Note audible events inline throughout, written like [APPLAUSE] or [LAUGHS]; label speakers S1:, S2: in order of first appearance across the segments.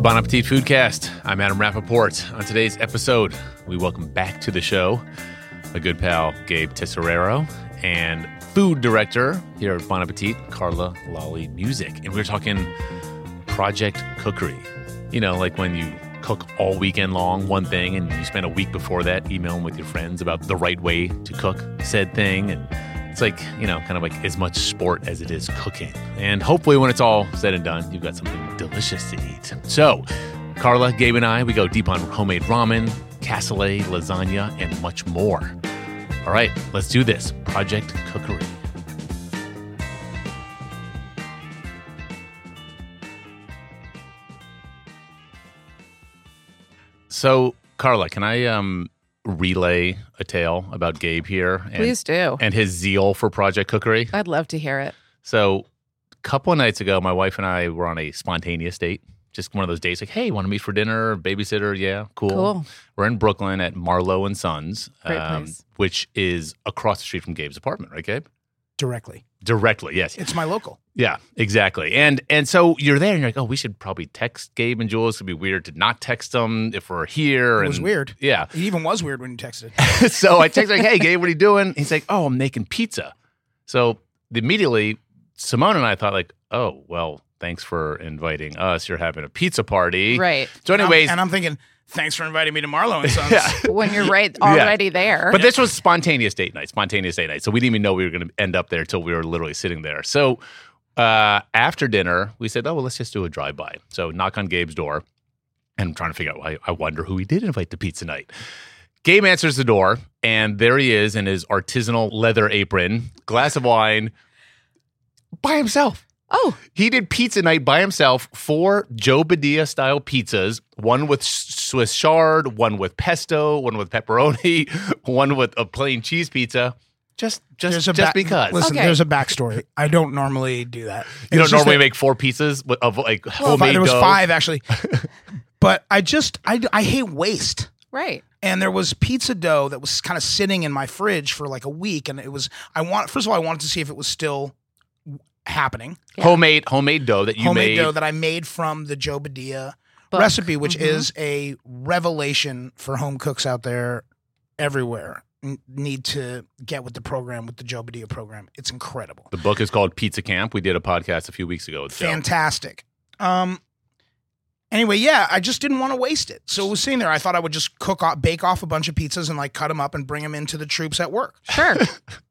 S1: Bon Appetit Foodcast. I'm Adam Rappaport. On today's episode, we welcome back to the show a good pal, Gabe Tesserero, and food director here at Bon Appetit, Carla Lolly Music. And we we're talking Project Cookery. You know, like when you cook all weekend long one thing and you spend a week before that emailing with your friends about the right way to cook said thing. And it's like, you know, kind of like as much sport as it is cooking. And hopefully, when it's all said and done, you've got something delicious to eat. So, Carla, Gabe, and I, we go deep on homemade ramen, cassoulet, lasagna, and much more. All right, let's do this Project Cookery. So, Carla, can I um, relay a tale about Gabe here and,
S2: Please do.
S1: and his zeal for Project Cookery?
S2: I'd love to
S1: [LAUGHS]
S2: hear it.
S1: So, a couple of nights ago, my wife and I were on a spontaneous date. Just one of those days, like, hey, want to meet for dinner? Babysitter? Yeah, cool.
S2: Cool.
S1: We're in Brooklyn at Marlowe and Sons, um,
S2: Great place.
S1: which is across the street from Gabe's apartment, right, Gabe?
S3: directly.
S1: Directly, yes,
S3: It's my local.
S1: yeah, exactly. And and so you're there, and you're like, oh, we should probably text Gabe and Jules. It'd be weird to not text them if we're here.
S3: It was
S1: and-
S3: weird.
S1: Yeah.
S3: It even was weird when
S1: [LAUGHS]
S3: you texted.
S1: so I text like, "Hey, Gabe, what are you doing?" He's like, "Oh, I'm making pizza." So immediately, Simone and I thought like, "Oh, well, thanks for inviting us. You're having a pizza party,
S2: Right.
S1: So, anyways,
S3: and I'm thinking, thanks for inviting me to
S1: [LAUGHS]
S3: Marlowe and Sons.
S1: Yeah.
S2: When you're right already there.
S1: But this was spontaneous date night, spontaneous date night. So we didn't even know we were going to end up there until we were literally sitting there. So uh, after dinner, we said, oh, well, let's just do a drive by. So knock on Gabe's door. And I'm trying to figure out, I, I wonder who he did invite to pizza night. Gabe answers the door, and there he is in his artisanal leather apron, glass of wine, by himself.
S2: oh,
S1: He did pizza night by himself, four Joe Badia style pizzas, one with s- Swiss chard, one with pesto, one with pepperoni, [LAUGHS] one with a plain cheese pizza. Just just
S3: There's
S1: just
S3: a back-
S1: because.
S3: Listen,
S2: Okay.
S3: there's a backstory. I don't normally do that.
S1: you
S3: It's
S1: don't
S3: just
S1: normally
S3: that-
S1: make four pizzas with- of like
S3: Well,
S1: homemade
S3: five, there was
S1: dough. [LAUGHS]
S3: five actually, but I just I I hate waste.
S2: right.
S3: And there was pizza dough that was kind of sitting in my fridge for like a week, and it was I want first of all I wanted to see if it was still happening.
S2: Yeah.
S1: homemade homemade dough that you made.
S3: homemade dough that I made from the Joe Badia
S2: Book.
S3: recipe, which
S2: Mhm.
S3: is a revelation for home cooks out there everywhere. N- need to get with the program with the Joe Badia program. It's incredible,
S1: the book is called Pizza Camp. We did a podcast a few weeks ago with Joe.
S3: fantastic. Um. Anyway, yeah, I just didn't want to waste it, so it was sitting there. I thought I would just cook off, bake off a bunch of pizzas and like cut them up and bring them into the troops at work,
S1: [LAUGHS]
S2: Sure.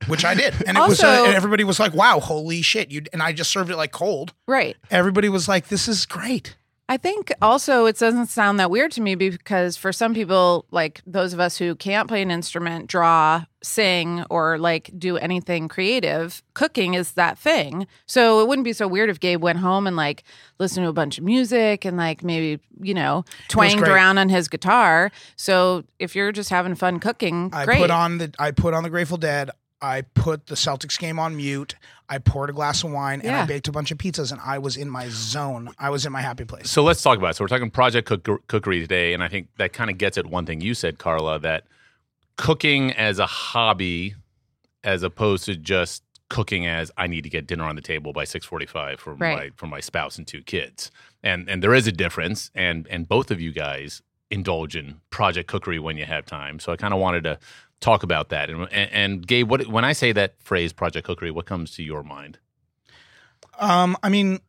S3: which I did. And it was,
S2: Also-
S3: uh, and everybody was like, "Wow, holy shit!" You and I just served it like cold.
S2: right.
S3: Everybody was like, "This is great."
S2: I think also it doesn't sound that weird to me because for some people, like those of us who can't play an instrument, draw, sing, or like do anything creative, cooking is that thing. So it wouldn't be so weird if Gabe went home and like listened to a bunch of music and like maybe, you know, twanged
S3: great.
S2: around on his guitar. So if you're just having fun cooking,
S3: I
S2: Mm-hmm. great.
S3: put on the I put on the Grateful Dead. I put the Celtics game on mute. I poured a glass of wine and
S2: Yeah.
S3: I baked a bunch of pizzas and I was in my zone. I was in my happy place.
S1: So let's talk about it. So we're talking Project Cook- Cookery today, and I think that kind of gets at one thing you said, Carla, that cooking as a hobby, as opposed to just cooking as I need to get dinner on the table by six forty-five for my
S2: Right.
S1: for my spouse and two kids, and and there is a difference, and and both of you guys indulge in Project Cookery when you have time. So I kind of wanted to talk about that, and and, and Gabe, what when I say that phrase Project Cookery, what comes to your mind?
S3: Um, I mean,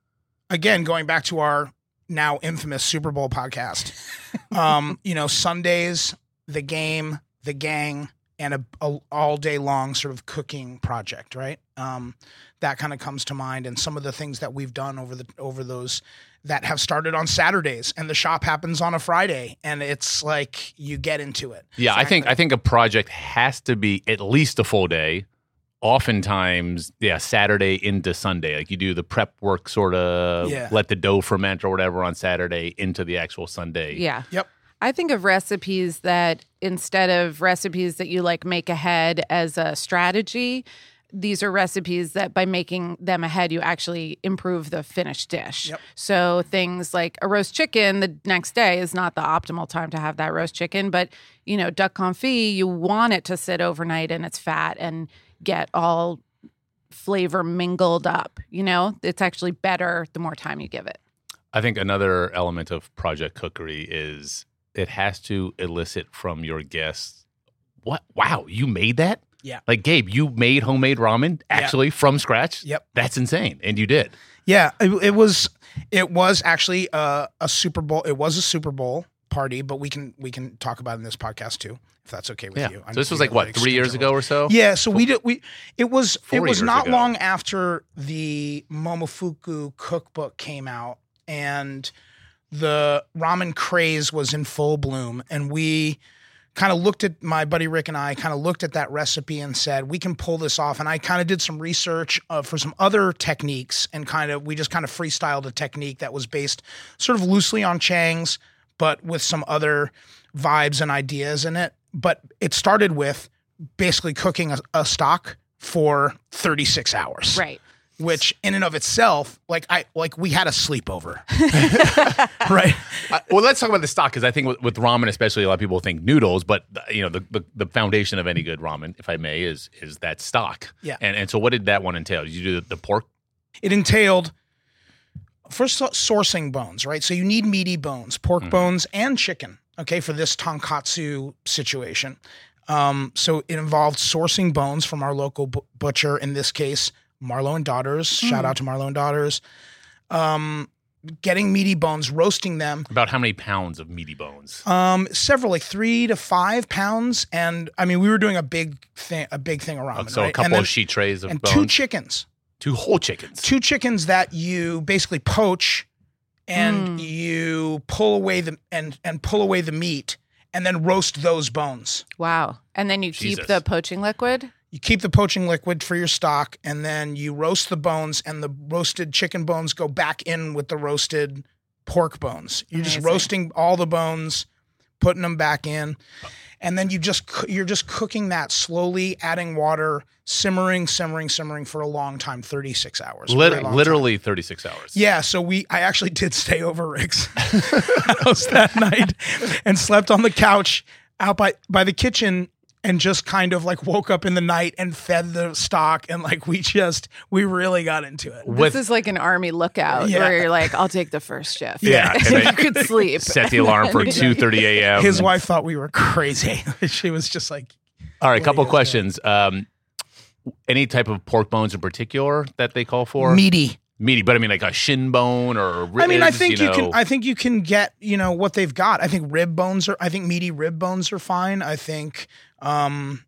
S3: again, going back to our now infamous Super Bowl podcast. um, you know, Sundays, the game, the gang, and a, a all day long sort of cooking project, right? Um, that kind of comes to mind, and some of the things that we've done over the over those that have started on Saturdays, and the shop happens on a Friday, and it's like you get into it.
S1: Yeah, I think I think a project has to be at least a full day. Oftentimes, yeah, Saturday into Sunday. Like you do the prep work, sort of
S3: Yeah.
S1: let the dough ferment or whatever on Saturday into the actual Sunday.
S2: Yeah.
S3: Yep.
S2: I think of recipes that instead of recipes that you like make ahead as a strategy, these are recipes that by making them ahead, you actually improve the finished dish.
S3: Yep.
S2: So things like a roast chicken the next day is not the optimal time to have that roast chicken, but you know, duck confit, you want it to sit overnight in its fat and get all flavor mingled up. You know, it's actually better the more time you give it.
S1: I think another element of Project Cookery is it has to elicit from your guests, what? Wow, you made that?
S3: Yeah.
S1: Like, Gabe, you made homemade ramen actually from scratch?
S3: Yep.
S1: That's insane. And you did.
S3: Yeah, it, it was it was actually a, a Super Bowl. It was a Super Bowl party, but we can we can talk about it in this podcast too, if that's okay with
S1: Yeah.
S3: you.
S1: So this was like, what, three years ago or so?
S3: Yeah, so we did we it was it
S1: Four
S3: was
S1: years
S3: not
S1: ago.
S3: long after the Momofuku cookbook came out and the ramen craze was in full bloom and we kind of looked at my buddy Rick and I kind of looked at that recipe and said we can pull this off and I kind of did some research uh, for some other techniques and kind of we just kind of freestyled a technique that was based sort of loosely on Chang's but with some other vibes and ideas in it but it started with basically cooking a, a stock for 36 hours
S2: Right.
S3: which in and of itself like i like we had a sleepover [LAUGHS] right
S1: Uh, well, let's talk about the stock because I think with, with ramen, especially, a lot of people think noodles, but uh, you know the, the the foundation of any good ramen, if I may, is is that stock.
S3: Yeah.
S1: And and so, what did that one entail? Did you do the, the pork?
S3: it entailed first so- sourcing bones, right? So you need meaty bones, pork
S1: Hmm.
S3: bones, and chicken, okay, for this tonkatsu situation. Um, so it involved sourcing bones from our local bu- butcher, in this case, Marlowe and Daughters.
S1: Hmm.
S3: Shout out to Marlowe and Daughters. Um, getting meaty bones, roasting them,
S1: About how many pounds of meaty bones?
S3: um, several like three to five pounds, and I mean we were doing a big thing, a big thing around.
S1: so a couple of sheet trays of
S3: and
S1: bones,
S3: two
S1: two,
S3: chickens
S1: whole chickens.
S3: two chickens that you basically poach and you pull away the and and pull away the meat and then roast those bones.
S2: Wow. And then you
S1: Jesus.
S2: keep the poaching liquid.
S3: You keep the poaching liquid for your stock and then you roast the bones and the roasted chicken bones go back in with the roasted pork bones. You're just
S2: Amazing.
S3: roasting all the bones, putting them back in. And then you just coo- you're just cooking that slowly, adding water, simmering, simmering, simmering for a long time, 36 hours.
S1: Lit-
S3: Very long time.
S1: literally thirty six hours.
S3: Yeah, so we I actually [LAUGHS] did stay over Rick's [LAUGHS] house that night and slept on the couch out by by the kitchen and just kind of like woke up in the night and fed the stock and like we just we really got into it.
S1: With
S2: this is like an army lookout
S3: Yeah.
S2: where you're like, I'll take the first shift.
S1: Yeah,
S2: [LAUGHS]
S1: and
S2: you
S1: then-
S2: could
S1: [LAUGHS]
S2: sleep.
S1: set the alarm
S3: [LAUGHS]
S1: for two thirty a.m.
S3: His wife thought we were crazy. [LAUGHS] she was just like
S1: All right, couple
S3: What do you
S1: questions. Um, any type of pork bones in particular that they call for?
S3: meaty.
S1: Meaty, but I mean like a shin bone or ribs.
S3: I mean, I think you,
S1: know.
S3: can. I think you can get you know what they've got. I think rib bones are. I think meaty rib bones are fine. I think. um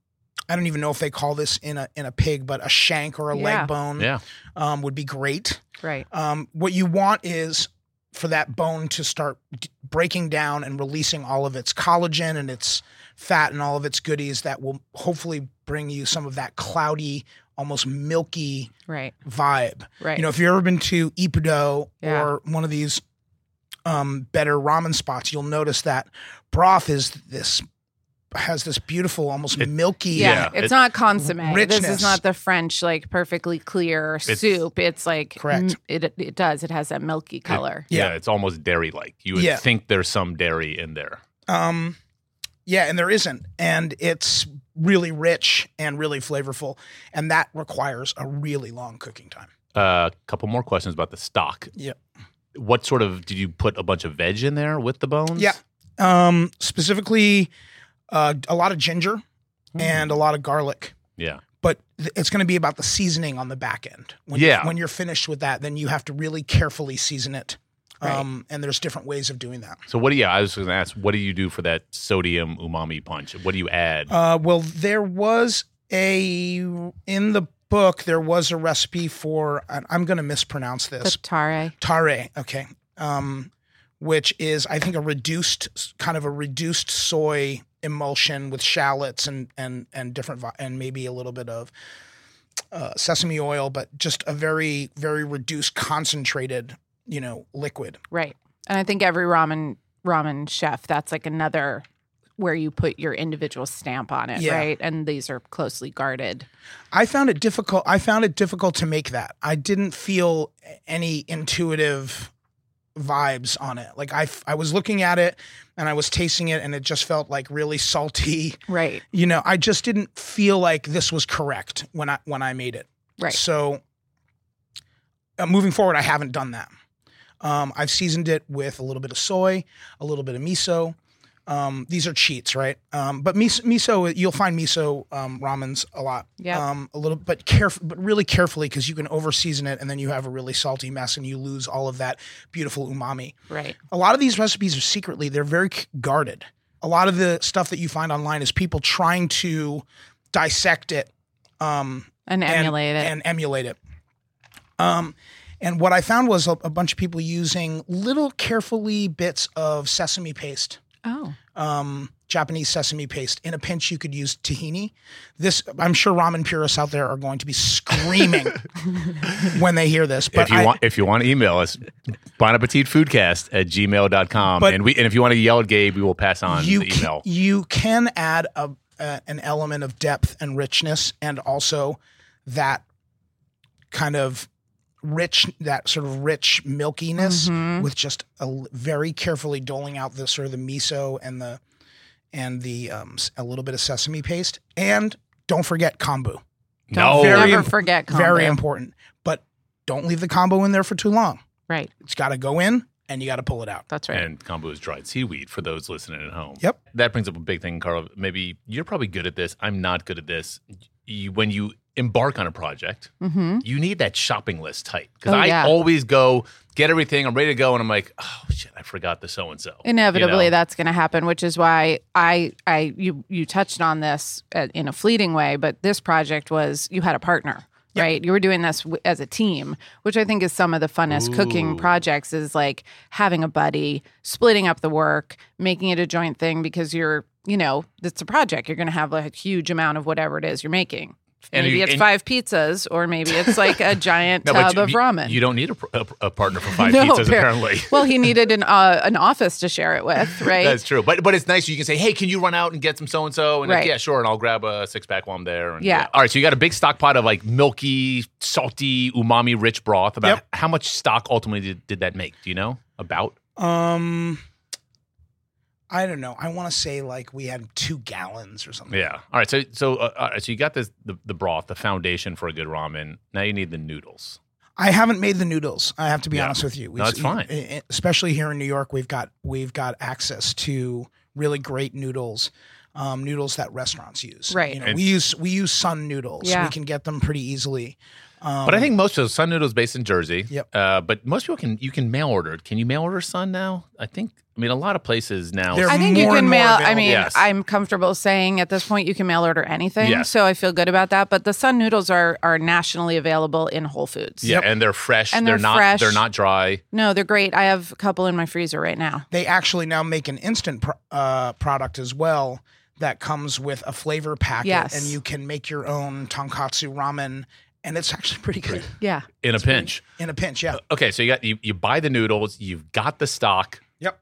S3: I don't even know if they call this in a in a pig, but a shank or a
S2: Yeah.
S3: leg bone
S1: yeah.
S3: um, would be great.
S2: right.
S3: Um, what you want is for that bone to start d- breaking down and releasing all of its collagen and its fat and all of its goodies that will hopefully bring you some of that cloudy, almost milky
S2: Right.
S3: vibe.
S2: Right.
S3: You know, if you've ever been to Ippudo
S2: Yeah.
S3: or one of these um, better ramen spots, you'll notice that broth is this has this beautiful, almost milky.
S2: yeah,
S1: yeah,
S2: it's
S1: it-
S2: not consomme. This
S3: richness.
S2: is not the French like perfectly clear soup. It's like
S3: Correct.
S2: mm, It it does. It has that milky color.
S1: Yeah.
S3: Yeah.
S1: it's almost dairy like. You would
S3: Yeah.
S1: think there's some dairy in there.
S3: Um, yeah, and there isn't, and it's really rich and really flavorful, and that requires a really long cooking time.
S1: A Uh, couple more questions about the stock.
S3: Yeah.
S1: What sort of did you put a bunch of veg in there with the bones?
S3: Yeah. Um, specifically, uh, a lot of ginger
S1: Mm-hmm.
S3: and a lot of garlic,
S1: Hmm. Yeah.
S3: but th- it's going to be about the seasoning on the back end. When
S1: Yeah.
S3: when you're finished with that, then you have to really carefully season it. Um, and there's different ways of doing that.
S1: So what do you? I was going to ask, what do you do for that sodium umami punch? What do you add?
S3: Uh, well, there was a in the book there was a recipe for and I'm going to mispronounce this,
S2: Tare.
S3: tare okay um which is i think a reduced kind of a reduced soy emulsion with shallots and and and different vi- and maybe a little bit of uh, sesame oil but just a very very reduced concentrated you know liquid
S2: Right. And I think every ramen ramen chef, that's like another where you put your individual stamp on it,
S3: Yeah.
S2: right? And these are closely guarded.
S3: i found it difficult i found it difficult to make that i didn't feel any intuitive vibes on it like i f- i was looking at it and i was tasting it and it just felt like really salty
S2: Right.
S3: you know i just didn't feel like this was correct when i when i made it
S2: Right.
S3: so uh, moving forward i haven't done that Um, I've seasoned it with a little bit of soy, a little bit of miso. Um, these are cheats, right? Um, but miso, miso, you'll find miso um, ramens a lot.
S2: Yeah.
S3: Um, a little, but caref- but really carefully because you can over season it and then you have a really salty mess and you lose all of that beautiful umami.
S2: Right.
S3: A lot of these recipes are secretly, they're very c- guarded. A lot of the stuff that you find online is people trying to dissect it um,
S2: And
S3: and-
S2: emulate it.
S3: and emulate it. Um, and what I found was a, a bunch of people using little carefully bits of sesame paste,
S2: oh.
S3: um, Japanese sesame paste. In a pinch, you could use tahini. This, I'm sure ramen purists out there are going to be
S2: [LAUGHS]
S3: screaming when they hear this. But
S1: if you
S3: I-
S1: want, if you want to email us, bon appetit foodcast at gmail.com.
S3: But-
S1: and we, and if you want to yell at Gabe, we will pass on
S3: you
S1: the
S3: ca-
S1: email.
S3: you can add a, a an element of depth and richness, and also that kind of rich, that sort of rich milkiness
S1: Mm-hmm.
S2: Mhm.
S3: with just a l- very carefully doling out the sort of the miso and the and the um, s- a little bit of sesame paste, and don't forget kombu,
S1: No,
S2: Don't
S3: Very
S2: never
S3: im-
S2: forget combo.
S3: very important. But don't leave the combo in there for too long.
S2: right.
S3: It's got to go in, and you got to pull it out.
S2: That's right.
S1: and kombu is dried seaweed for those listening at home.
S3: Yep.
S1: That brings up a big thing, Carl. Maybe you're probably good at this. I'm not good at this. You, when you embark on a project,
S2: hmm
S1: you need that shopping list tight because
S2: Oh,
S1: I
S2: yeah.
S1: always go get everything. I'm ready to go, and I'm like, oh shit, I forgot the so and so.
S2: Inevitably,
S1: You know?
S2: that's going to happen, which is why I, I, you, you touched on this uh, in a fleeting way, but this project was you had a partner, right? You were doing this w- as a team, which I think is some of the funnest cooking
S1: Ooh.
S2: projects is like having a buddy, splitting up the work, making it a joint thing because you're, you know, it's a project. You're going to have like a huge amount of whatever it is you're making.
S1: And
S2: maybe
S1: you-
S2: it's
S1: and-
S2: five pizzas, or maybe it's like
S1: [LAUGHS]
S2: a giant
S1: No, but
S2: tub of
S1: you,
S2: ramen.
S1: You don't need a, pr- a, a partner for five
S2: [LAUGHS] No,
S1: pizzas,
S2: appar-
S1: apparently.
S2: well,
S1: [LAUGHS]
S2: he needed an uh, an office to share it with, right?
S1: That's true, but but it's nice. You can say, "Hey, can you run out and get some so and so?" And like,
S2: Right.
S1: yeah, sure. And I'll grab a six pack while I'm there. And
S2: Yeah.
S1: All right. So you got a big stock pot of like milky, salty, umami rich broth. About
S3: Yep.
S1: how much stock ultimately did, did that make? Do you know about?
S3: Um, I don't know. I want to say like we had two gallons or something.
S1: Yeah. All right. So so uh, all right, so you got this the, the broth, the foundation for a good ramen. Now you need the noodles.
S3: I haven't made the noodles. I have to be
S1: Yeah.
S3: honest with you. We-
S1: No, it's fine.
S3: e- e- Especially here in New York, we've got we've got access to really great noodles. Um, noodles that restaurants use.
S2: Right.
S3: You know,
S1: And-
S3: we use we use Sun noodles.
S2: Yeah.
S3: We can get them pretty easily. Um,
S1: But I think most of those Sun Noodles based in Jersey.
S3: Yep.
S1: Uh, but most people can you can mail order. it. Can you mail order Sun now? I think. I mean, a lot of places now.
S3: They're-
S2: I think you
S3: more
S2: can
S3: and more
S2: mail. I
S3: available.
S2: mean,
S1: Yes.
S2: I'm comfortable saying at this point you can mail order anything,
S1: Yes.
S2: so I feel good about that. But the Sun noodles are are nationally available in Whole Foods.
S1: yeah,
S3: Yep.
S1: and they're fresh.
S2: And
S1: they're
S2: they're
S1: not.
S2: fresh.
S1: They're not dry.
S2: No, they're great. I have a couple in my freezer right now.
S3: they actually now make an instant pro- uh, product as well that comes with a flavor packet,
S2: Yes.
S3: and you can make your own tonkatsu ramen, and it's actually pretty good
S2: Yeah,
S1: In a pinch.
S3: in a pinch. Yeah.
S1: Okay, so you got you, you buy the noodles, you've got the stock,
S3: Yep.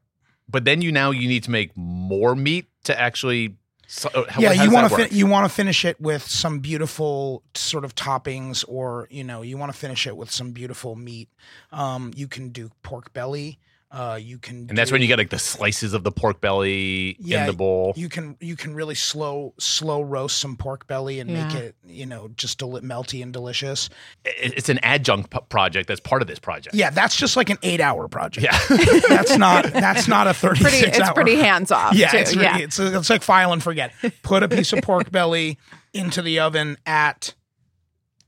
S1: but then you now you need to make more meat to actually. So, uh, how,
S3: yeah,
S1: how
S3: you
S1: does
S3: want to
S1: that work?
S3: fin- you want to finish it with some beautiful sort of toppings, or you know, you want to finish it with some beautiful meat. Um, you can do pork belly. Uh, you can,
S1: and that's
S3: do-
S1: when you get like the slices of the pork belly
S3: Yeah,
S1: in the bowl.
S3: you can you can really slow slow roast some pork belly and make
S2: Yeah.
S3: it you know just del- melty and delicious.
S1: It- it's an adjunct p- project that's part of this project.
S3: Yeah, that's just like an eight hour project.
S1: [LAUGHS] Yeah.
S2: [LAUGHS]
S3: that's not that's not a
S2: [LAUGHS]
S3: thirty
S2: pretty.
S3: six
S2: It's
S3: hour.
S2: pretty hands off.
S3: yeah,
S2: too.
S3: it's, really-
S2: yeah.
S3: it's it's like file and forget. Put a piece of pork belly into the oven at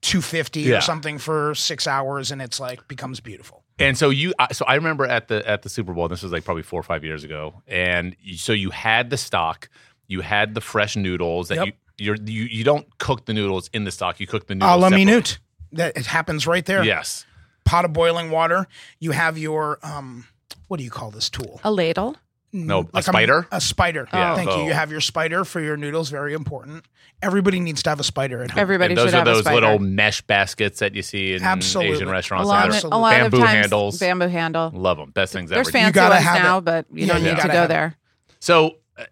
S3: 250
S1: Yeah.
S3: or something for 6 hours and it's like becomes beautiful.
S1: And so you, I- so I remember at the at the Super Bowl. This was like probably four or five years ago. And you- so you had the stock, you had the fresh noodles that
S3: Yep.
S1: you you're, you you don't cook the noodles in the stock. You cook the noodles.
S3: A la
S1: separate.
S3: minute. That it happens right there.
S1: Yes.
S3: Pot of boiling water, you have your um what do you call this tool?
S2: A ladle.
S1: No, a
S3: Like
S1: spider.
S3: A, spider.
S1: Yeah, Oh.
S3: Thank
S1: so-
S3: you. You have your spider for your noodles, very important. Everybody needs to have a spider at home.
S2: Everybody
S1: And those
S2: should
S1: are
S2: have a
S1: those
S2: spider.
S1: little mesh baskets that you see in
S3: Absolutely.
S1: Asian restaurants.
S2: lot,
S1: that are-
S3: Absolutely.
S2: a lot
S1: Bamboo
S2: of times,
S1: handles.
S2: Bamboo handle.
S1: love them. Best things
S2: There's
S1: ever.
S2: fancy
S3: gotta
S2: ones
S3: have
S2: now,
S3: it.
S2: but you
S3: Yeah,
S2: don't
S3: you
S2: need to
S3: gotta
S2: go
S3: have it. [LAUGHS]
S2: there.
S1: So, uh,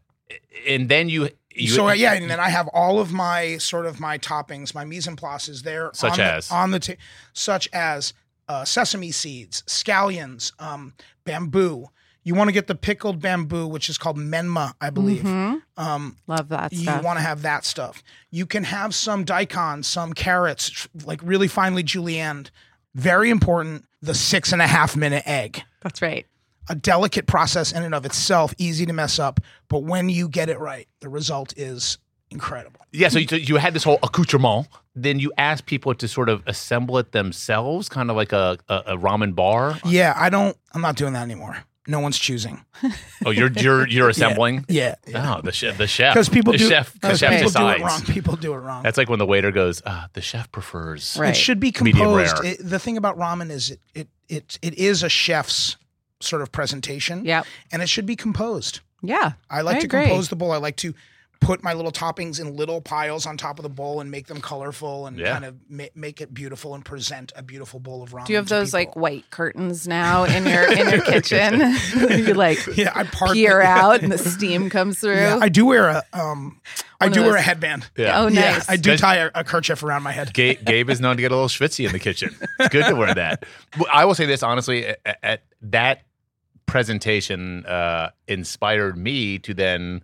S1: and then you, you
S3: so uh, yeah, and then I have all of my sort of my toppings, my mise en place is there,
S1: Such
S3: on the-
S1: as?
S3: on the ta- such as uh, sesame seeds, scallions, um, bamboo. You want to get the pickled bamboo, which is called menma, I believe.
S2: Mhm.
S3: Um,
S2: Love that
S3: you
S2: stuff.
S3: want to have that stuff. You can have some daikon, some carrots, tr- like really finely julienned. Very important, the six and a half minute egg.
S2: That's right.
S3: A delicate process in and of itself, easy to mess up, but when you get it right, the result is incredible.
S1: Yeah, so you, so you had this whole accoutrement. Then you asked people to sort of assemble it themselves, kind of like a, a, a ramen bar.
S3: Yeah, I don't, I'm not doing that anymore. No one's choosing.
S1: Oh, you're
S2: [LAUGHS]
S1: you're you're assembling.
S3: Yeah.
S1: Oh, the chef, the chef,
S3: Because people
S1: the
S3: do,
S1: chef, the
S3: 'cause
S1: chef
S3: people do it
S1: decides.
S3: wrong. People do it wrong.
S1: That's like when the waiter goes, uh, the chef prefers.
S2: Right.
S3: It should be
S1: Medium
S3: composed.
S1: rare.
S3: It, the thing about ramen is it, it it it is a chef's sort of presentation.
S2: Yep.
S3: And it should be composed.
S2: Yeah.
S3: I like
S2: I
S3: to
S2: agree.
S3: compose the bowl. I like to put my little toppings in little piles on top of the bowl and make them colorful and
S1: Yeah.
S3: kind of ma- make it beautiful and present a beautiful bowl of ramen.
S2: Do you have
S3: to
S2: those like
S3: people.
S2: white curtains
S3: [LAUGHS]
S2: now in your in your kitchen? [LAUGHS] you like
S3: [LAUGHS] Yeah, I part
S2: peer out and the steam comes through.
S3: Yeah, I do wear a um I
S2: One of
S3: do wear a
S2: those-
S3: headband.
S1: Yeah.
S2: Oh,
S3: Yeah,
S2: nice.
S3: I do
S1: Does-
S3: tie a, a kerchief around my head.
S1: Ga- Gabe is known to get a little schwitzy in the kitchen. It's good to wear that. Well, I will say this honestly: at, at that presentation, uh, inspired me to then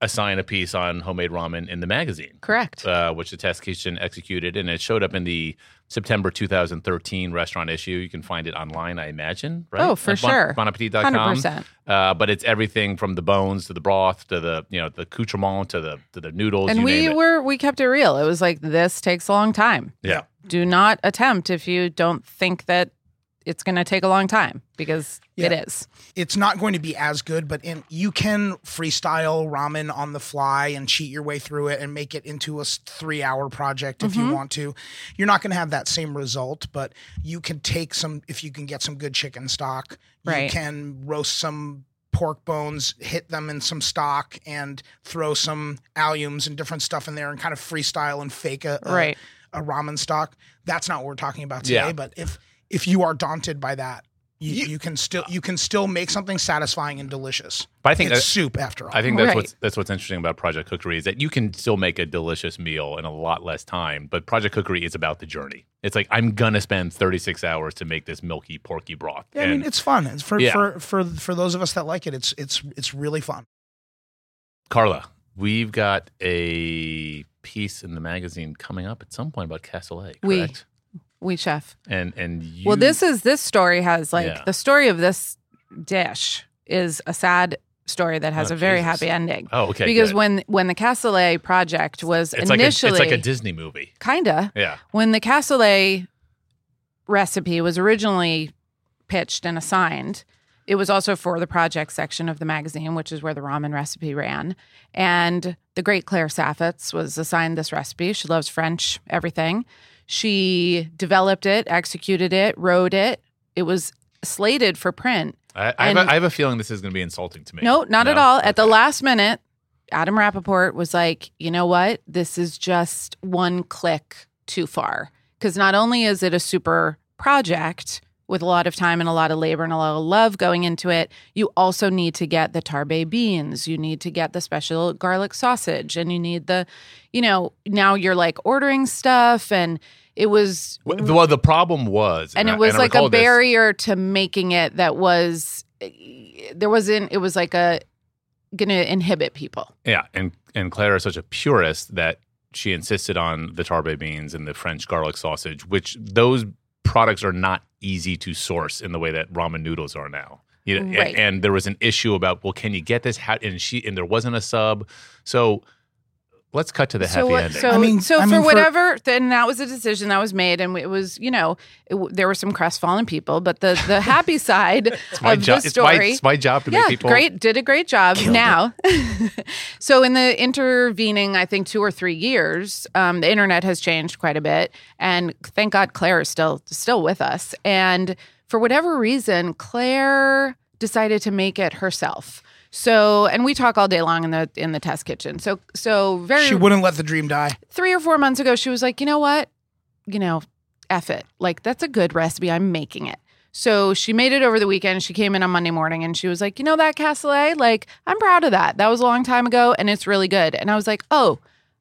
S1: assign a piece on homemade ramen in the magazine.
S2: Correct.
S1: uh, which the test kitchen executed, and it showed up in the September 2013 restaurant issue. You can find it online, I imagine. Right?
S2: Oh, for
S1: At
S2: sure.
S1: Bon, bonappetit.com.
S2: Hundred percent.
S1: Uh, but it's everything from the bones to the broth to the you know the accoutrement to the to the noodles.
S2: And
S1: you
S2: we
S1: name it.
S2: were we kept it real. It was like this takes a long time.
S1: Yeah.
S2: Do not attempt if you don't think that it's going to take a long time because
S3: Yeah.
S2: it is.
S3: it's not going to be as good, but in, you can freestyle ramen on the fly and cheat your way through it and make it into a three hour project if
S2: Mm-hmm.
S3: you want to. You're not going to have that same result, but you can take some, if you can get some good chicken stock, you
S2: Right.
S3: can roast some pork bones, hit them in some stock, and throw some alliums and different stuff in there and kind of freestyle and fake a, a-
S2: Right.
S3: a ramen stock. That's not what we're talking about today,
S1: Yeah.
S3: but if if you are daunted by that, you, you, can still you can still make something satisfying and delicious.
S1: But I think
S3: it's
S1: that-
S3: soup after all.
S1: I think that's
S2: Right.
S1: what's that's what's interesting about Project Cookery is that you can still make a delicious meal in a lot less time. But Project Cookery is about the journey. It's like I'm gonna spend 36 hours to make this milky porky broth.
S3: Yeah, I mean,
S1: And-
S3: it's fun. It's for,
S1: Yeah.
S3: for for for those of us that like it, it's it's it's really fun.
S1: Carla, we've got a piece in the magazine coming up at some point about Castellet,
S2: We-
S1: correct?
S2: We chef.
S1: and and you,
S2: well, this is this story has like
S1: Yeah.
S2: the story of this dish is a sad story that has
S1: Oh,
S2: a very
S1: Jesus.
S2: happy ending.
S1: oh okay
S2: because
S1: good.
S2: when when the Castellet project was
S1: it's
S2: initially
S1: like a, it's like a Disney movie,
S2: kinda
S1: yeah,
S2: when the cassoulet recipe was originally pitched and assigned, it was also for the project section of the magazine, which is where the ramen recipe ran. And the great Claire Saffitz was assigned this recipe. She loves French, everything. She developed it, executed it, wrote it. It was slated for print.
S1: I, I, have a,
S2: And-
S1: I have a feeling this is going to be insulting to me.
S2: No, not at
S1: No?
S2: all. At the
S1: Okay.
S2: last minute, Adam Rappaport was like, you know what? This is just one click too far. Because not only is it a super project with a lot of time and a lot of labor and a lot of love going into it, you also need to get the tarbay beans. You need to get the special garlic sausage and you need the, you know, now you're like ordering stuff. And it was
S1: W- Well, the problem was,
S2: and
S1: I-
S2: it was
S1: I
S2: like a
S1: recall this-
S2: barrier to making it that was there wasn't it was like a gonna inhibit people
S1: Yeah, and and Claire is such a purist that she insisted on the tarbay beans and the French garlic sausage, which those products are not easy to source in the way that ramen noodles are now. You know, a-
S2: Right.
S1: and, there was an issue about well, can you get this? How, and she and there wasn't a sub, so let's cut to the
S2: so
S1: happy
S2: what-
S1: ending.
S2: so
S3: I mean-
S2: so
S3: I
S2: for
S3: mean, for-
S2: whatever then that was a decision that was made and it was you know it, w- there were some crestfallen people but the the happy [LAUGHS] side
S1: it's my
S2: of
S1: job.
S2: the
S1: It's my,
S2: story
S1: it's my job to
S2: yeah,
S1: make people
S2: great. Did a great job.
S3: Killed it.
S2: now, [LAUGHS] so in the intervening, I think two or three years, um, the internet has changed quite a bit, and thank God Claire is still still with us. And for whatever reason, Claire decided to make it herself. So, and we talk all day long in the in the test kitchen. So, so very
S3: She wouldn't let the dream die.
S2: three or four months ago, she was like, you know what? You know, F it. Like, that's a good recipe. I'm making it. So she made it over the weekend. She came in on Monday morning and she was like, you know, that cassoulet, like, I'm proud of that. That was a long time ago and it's really good. And I was like, oh,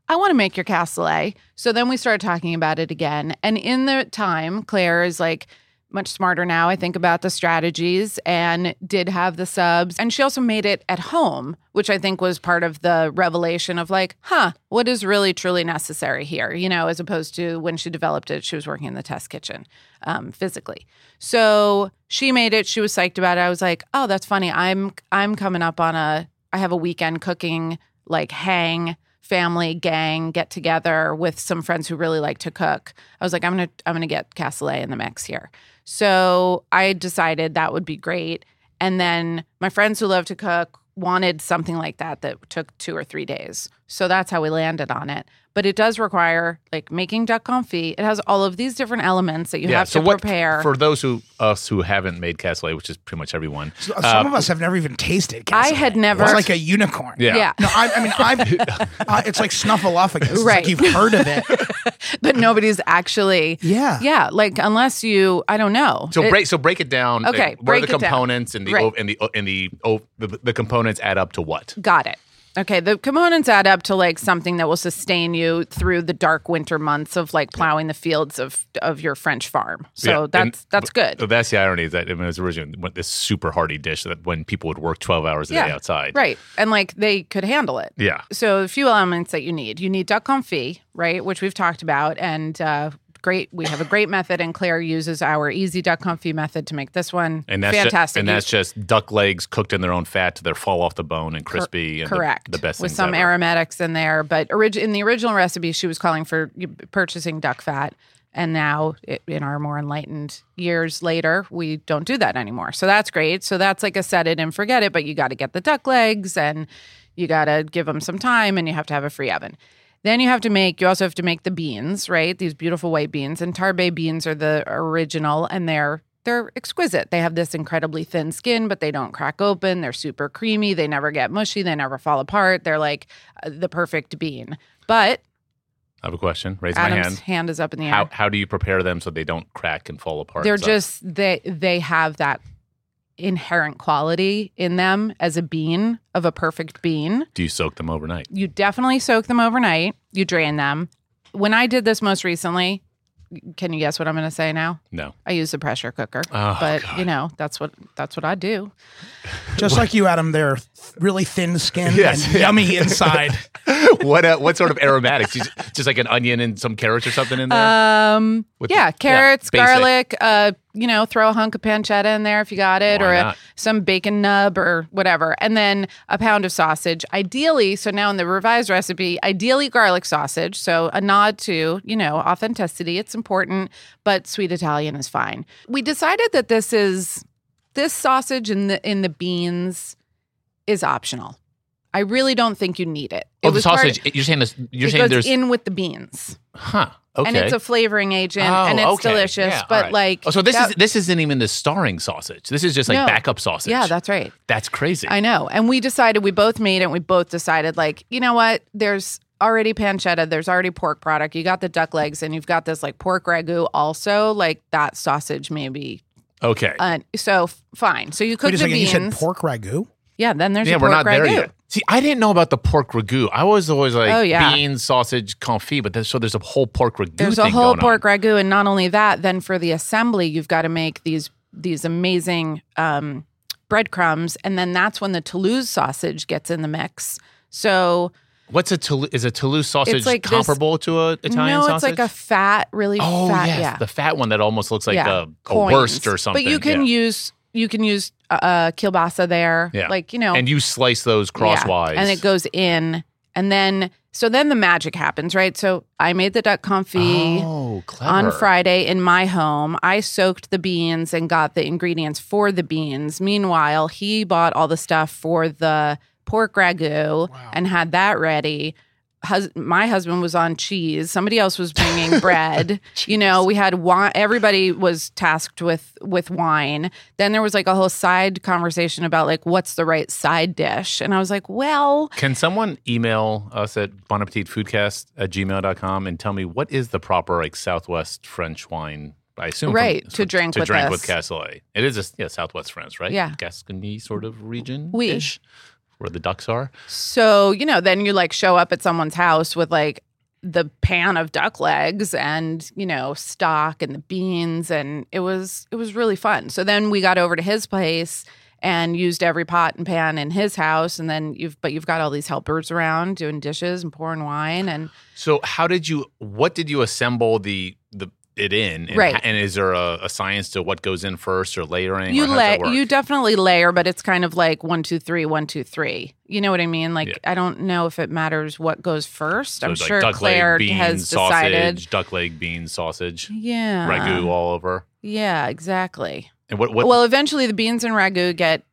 S2: I want to make your cassoulet. So then we started talking about it again. And in the time, Claire is like, much smarter now, I think, about the strategies and did have the subs. And she also made it at home, which I think was part of the revelation of like, huh, what is really truly necessary here, you know, as opposed to when she developed it, she was working in the test kitchen um, physically. So she made it. She was psyched about it. I was like, oh, that's funny. I'm I'm coming up on a I have a weekend cooking like hang family gang get together with some friends who really like to cook. I was like, I'm gonna I'm gonna get cassoulet in the mix here. So I decided that would be great. And then my friends who love to cook wanted something like that that took two or three days. So that's how we landed on it. But it does require like making duck confit. It has all of these different elements that you have
S1: so
S2: to
S1: what,
S2: prepare. [LAUGHS]
S1: For those who us who haven't made cassoulet, which is pretty much everyone.
S3: Some
S1: uh,
S3: of us have never even tasted.
S2: I
S3: cassoulet.
S2: had never-
S3: It's like a unicorn.
S1: Yeah.
S2: yeah.
S3: No, I, I mean,
S1: [LAUGHS]
S3: I've. Uh, it's like snuffleupagus. It's
S2: Right.
S3: Like you've heard
S2: [LAUGHS]
S3: of it.
S2: but nobody's actually
S3: Yeah.
S2: yeah like unless you i don't know
S1: so
S2: It-
S1: break so break it down.
S2: Okay,
S1: Like, what are the
S2: break it down.
S1: components and the
S2: Right.
S1: o- and the o- and the, o- the the components add up to what?
S2: got it okay the components add up to like something that will sustain you through the dark winter months of like plowing the fields of of your french farm so
S1: Yeah, and-
S2: that's that's good
S1: So that's the irony is that I mean, it was originally what- this super hearty dish that when people would work twelve hours a day
S2: Yeah,
S1: outside.
S2: right and like they could handle it
S1: Yeah.
S2: so a few elements that you need you need duck confit right which we've talked about and uh Great, we have a great method, and Claire uses our easy duck confit method to make this one
S1: And that's ju-
S2: fantastic.
S1: and
S2: You-
S1: that's just duck legs cooked in their own fat to their fall off the bone and crispy. and the-
S2: Correct.
S1: The, best
S2: with
S1: things
S2: some
S1: ever.
S2: aromatics in there, but orig- in the original recipe, she was calling for y- purchasing duck fat, and now i in our more enlightened years later, we don't do that anymore. So that's great. So that's like a set it and forget it, but you got to get the duck legs and you got to give them some time, and you have to have a free oven. Then you have to make. You also have to make the beans, right? These beautiful white beans, and tarbay beans are the original, and they're they're exquisite. They have this incredibly thin skin, but they don't crack open. They're super creamy. They never get mushy. They never fall apart. They're like uh, the perfect bean. But
S1: I have a question. Raise my hand.
S2: Adam's hand. is up in the air.
S1: How how do you prepare them so they don't crack and fall apart?
S2: They're
S1: So-
S2: just they they have that inherent quality in them as a bean of a perfect bean.
S1: Do you soak them overnight?
S2: You definitely soak them overnight. You drain them. When I did this most recently, can you guess what I'm going to say now? [LAUGHS]
S1: No.
S2: I use a pressure cooker.
S1: Oh,
S2: but
S1: God.
S2: you know that's what that's what I do.
S3: Just like you, Adam. They're really thin skinned
S1: Yes,
S3: and
S1: yeah. [LAUGHS]
S3: yummy inside.
S1: what uh, what sort of aromatics? Just, just like an onion and some carrots or something in there.
S2: Um,
S1: With- yeah,
S2: yeah, carrots,
S1: basic.
S2: garlic. Uh, you know, throw a hunk of pancetta in there if you got it,
S1: Why
S2: or a,
S1: not?
S2: some bacon nub or whatever, and then a pound of sausage. Ideally, so now in the revised recipe, ideally garlic sausage. So a nod to you know authenticity. It's important, but sweet Italian is fine. We decided that this is this sausage in the in the beans is optional. I really don't think you need it.
S1: oh,
S2: It
S1: the
S2: was part-
S1: sausage. you're saying this. You're
S2: it
S1: saying
S2: goes
S1: there's.
S2: in with the beans
S1: huh. Okay.
S2: and it's a flavoring agent
S1: Oh,
S2: and it's
S1: okay.
S2: delicious.
S1: Yeah, all
S2: but
S1: right.
S2: like,
S1: oh, so this is
S2: that-
S1: is this isn't even the starring sausage. This is just like
S2: No.
S1: backup sausage.
S2: yeah, that's right.
S1: that's crazy.
S2: I know. And we decided, we both made it. and We both decided, like, you know what? There's already pancetta. There's already pork product. You got the duck legs, and you've got this like pork ragu. Also, like that sausage maybe.
S1: okay.
S2: Uh, so f- fine. So you cook
S3: Wait a
S2: the
S3: second. You
S2: beans.
S3: said pork ragu.
S2: Yeah. Then there's
S1: yeah,
S2: a
S1: we're not
S2: pork
S1: there
S2: ragu.
S1: yet. See, I didn't know about the pork ragu. I was always like
S2: Oh, yeah.
S1: beans, sausage, confit, but there's, so there's a whole pork ragu.
S2: There's a
S1: thing
S2: whole
S1: going
S2: pork
S1: On.
S2: ragu, and not only that, then for the assembly, you've got to make these these amazing um, breadcrumbs, and then that's when the Toulouse sausage gets in the mix. So
S1: What's a Toul- is a Toulouse sausage
S2: like this-
S1: comparable to a Italian
S2: no,
S1: sausage?
S2: it's like a fat, really
S1: oh
S2: fat,
S1: yes,
S2: yeah,
S1: the fat one that almost looks like
S2: yeah,
S1: a, a
S2: coins.
S1: worst or something.
S2: But you can
S1: yeah.
S2: use you can use uh, uh, kielbasa there,
S1: Yeah.
S2: like you know,
S1: and you slice those
S2: Yeah.
S1: crosswise,
S2: and it goes in, and then so then the magic happens, right? So I made the duck confit.
S1: Oh, clever!
S2: on Friday in my home. I soaked the beans and got the ingredients for the beans. Meanwhile, he bought all the stuff for the pork ragu
S3: Wow.
S2: and had that ready. Hus- my husband was on cheese. Somebody else was bringing bread. you know, we had wine. Everybody was tasked with with wine. Then there was like a whole side conversation about like what's the right side dish, and I was like, well,
S1: Can someone email us at bon appetit foodcast at gmail.com and tell me what is the proper like Southwest French wine? I assume from-
S2: Right, to
S1: so-
S2: drink
S1: to
S2: with
S1: drink
S2: this.
S1: with Cassoulet. It is a yeah, Southwest France, right?
S2: Yeah.
S1: Gascony sort of region
S2: Oui.
S1: ish, where the ducks are.
S2: So, you know, then you like show up at someone's house with like the pan of duck legs and you know stock and the beans and it was it was really fun so then we got over to his place and used every pot and pan in his house and then you've but you've got all these helpers around doing dishes and pouring wine and
S1: So how did you? What did you assemble the the it in? And,
S2: Right.
S1: And is there a, a science to what goes in first or layering?
S2: you
S1: or how does
S2: lay
S1: that work?
S2: you definitely layer but it's kind of like one two three one two three you know what i mean like
S1: Yeah.
S2: i don't know if it matters what goes first
S1: So
S2: i'm
S1: it's like
S2: sure
S1: duck
S2: claire
S1: leg, bean,
S2: has
S1: sausage,
S2: decided
S1: duck leg, bean, sausage,
S2: yeah
S1: ragu all over.
S2: yeah exactly
S1: And what what
S2: Well, eventually the beans and ragu get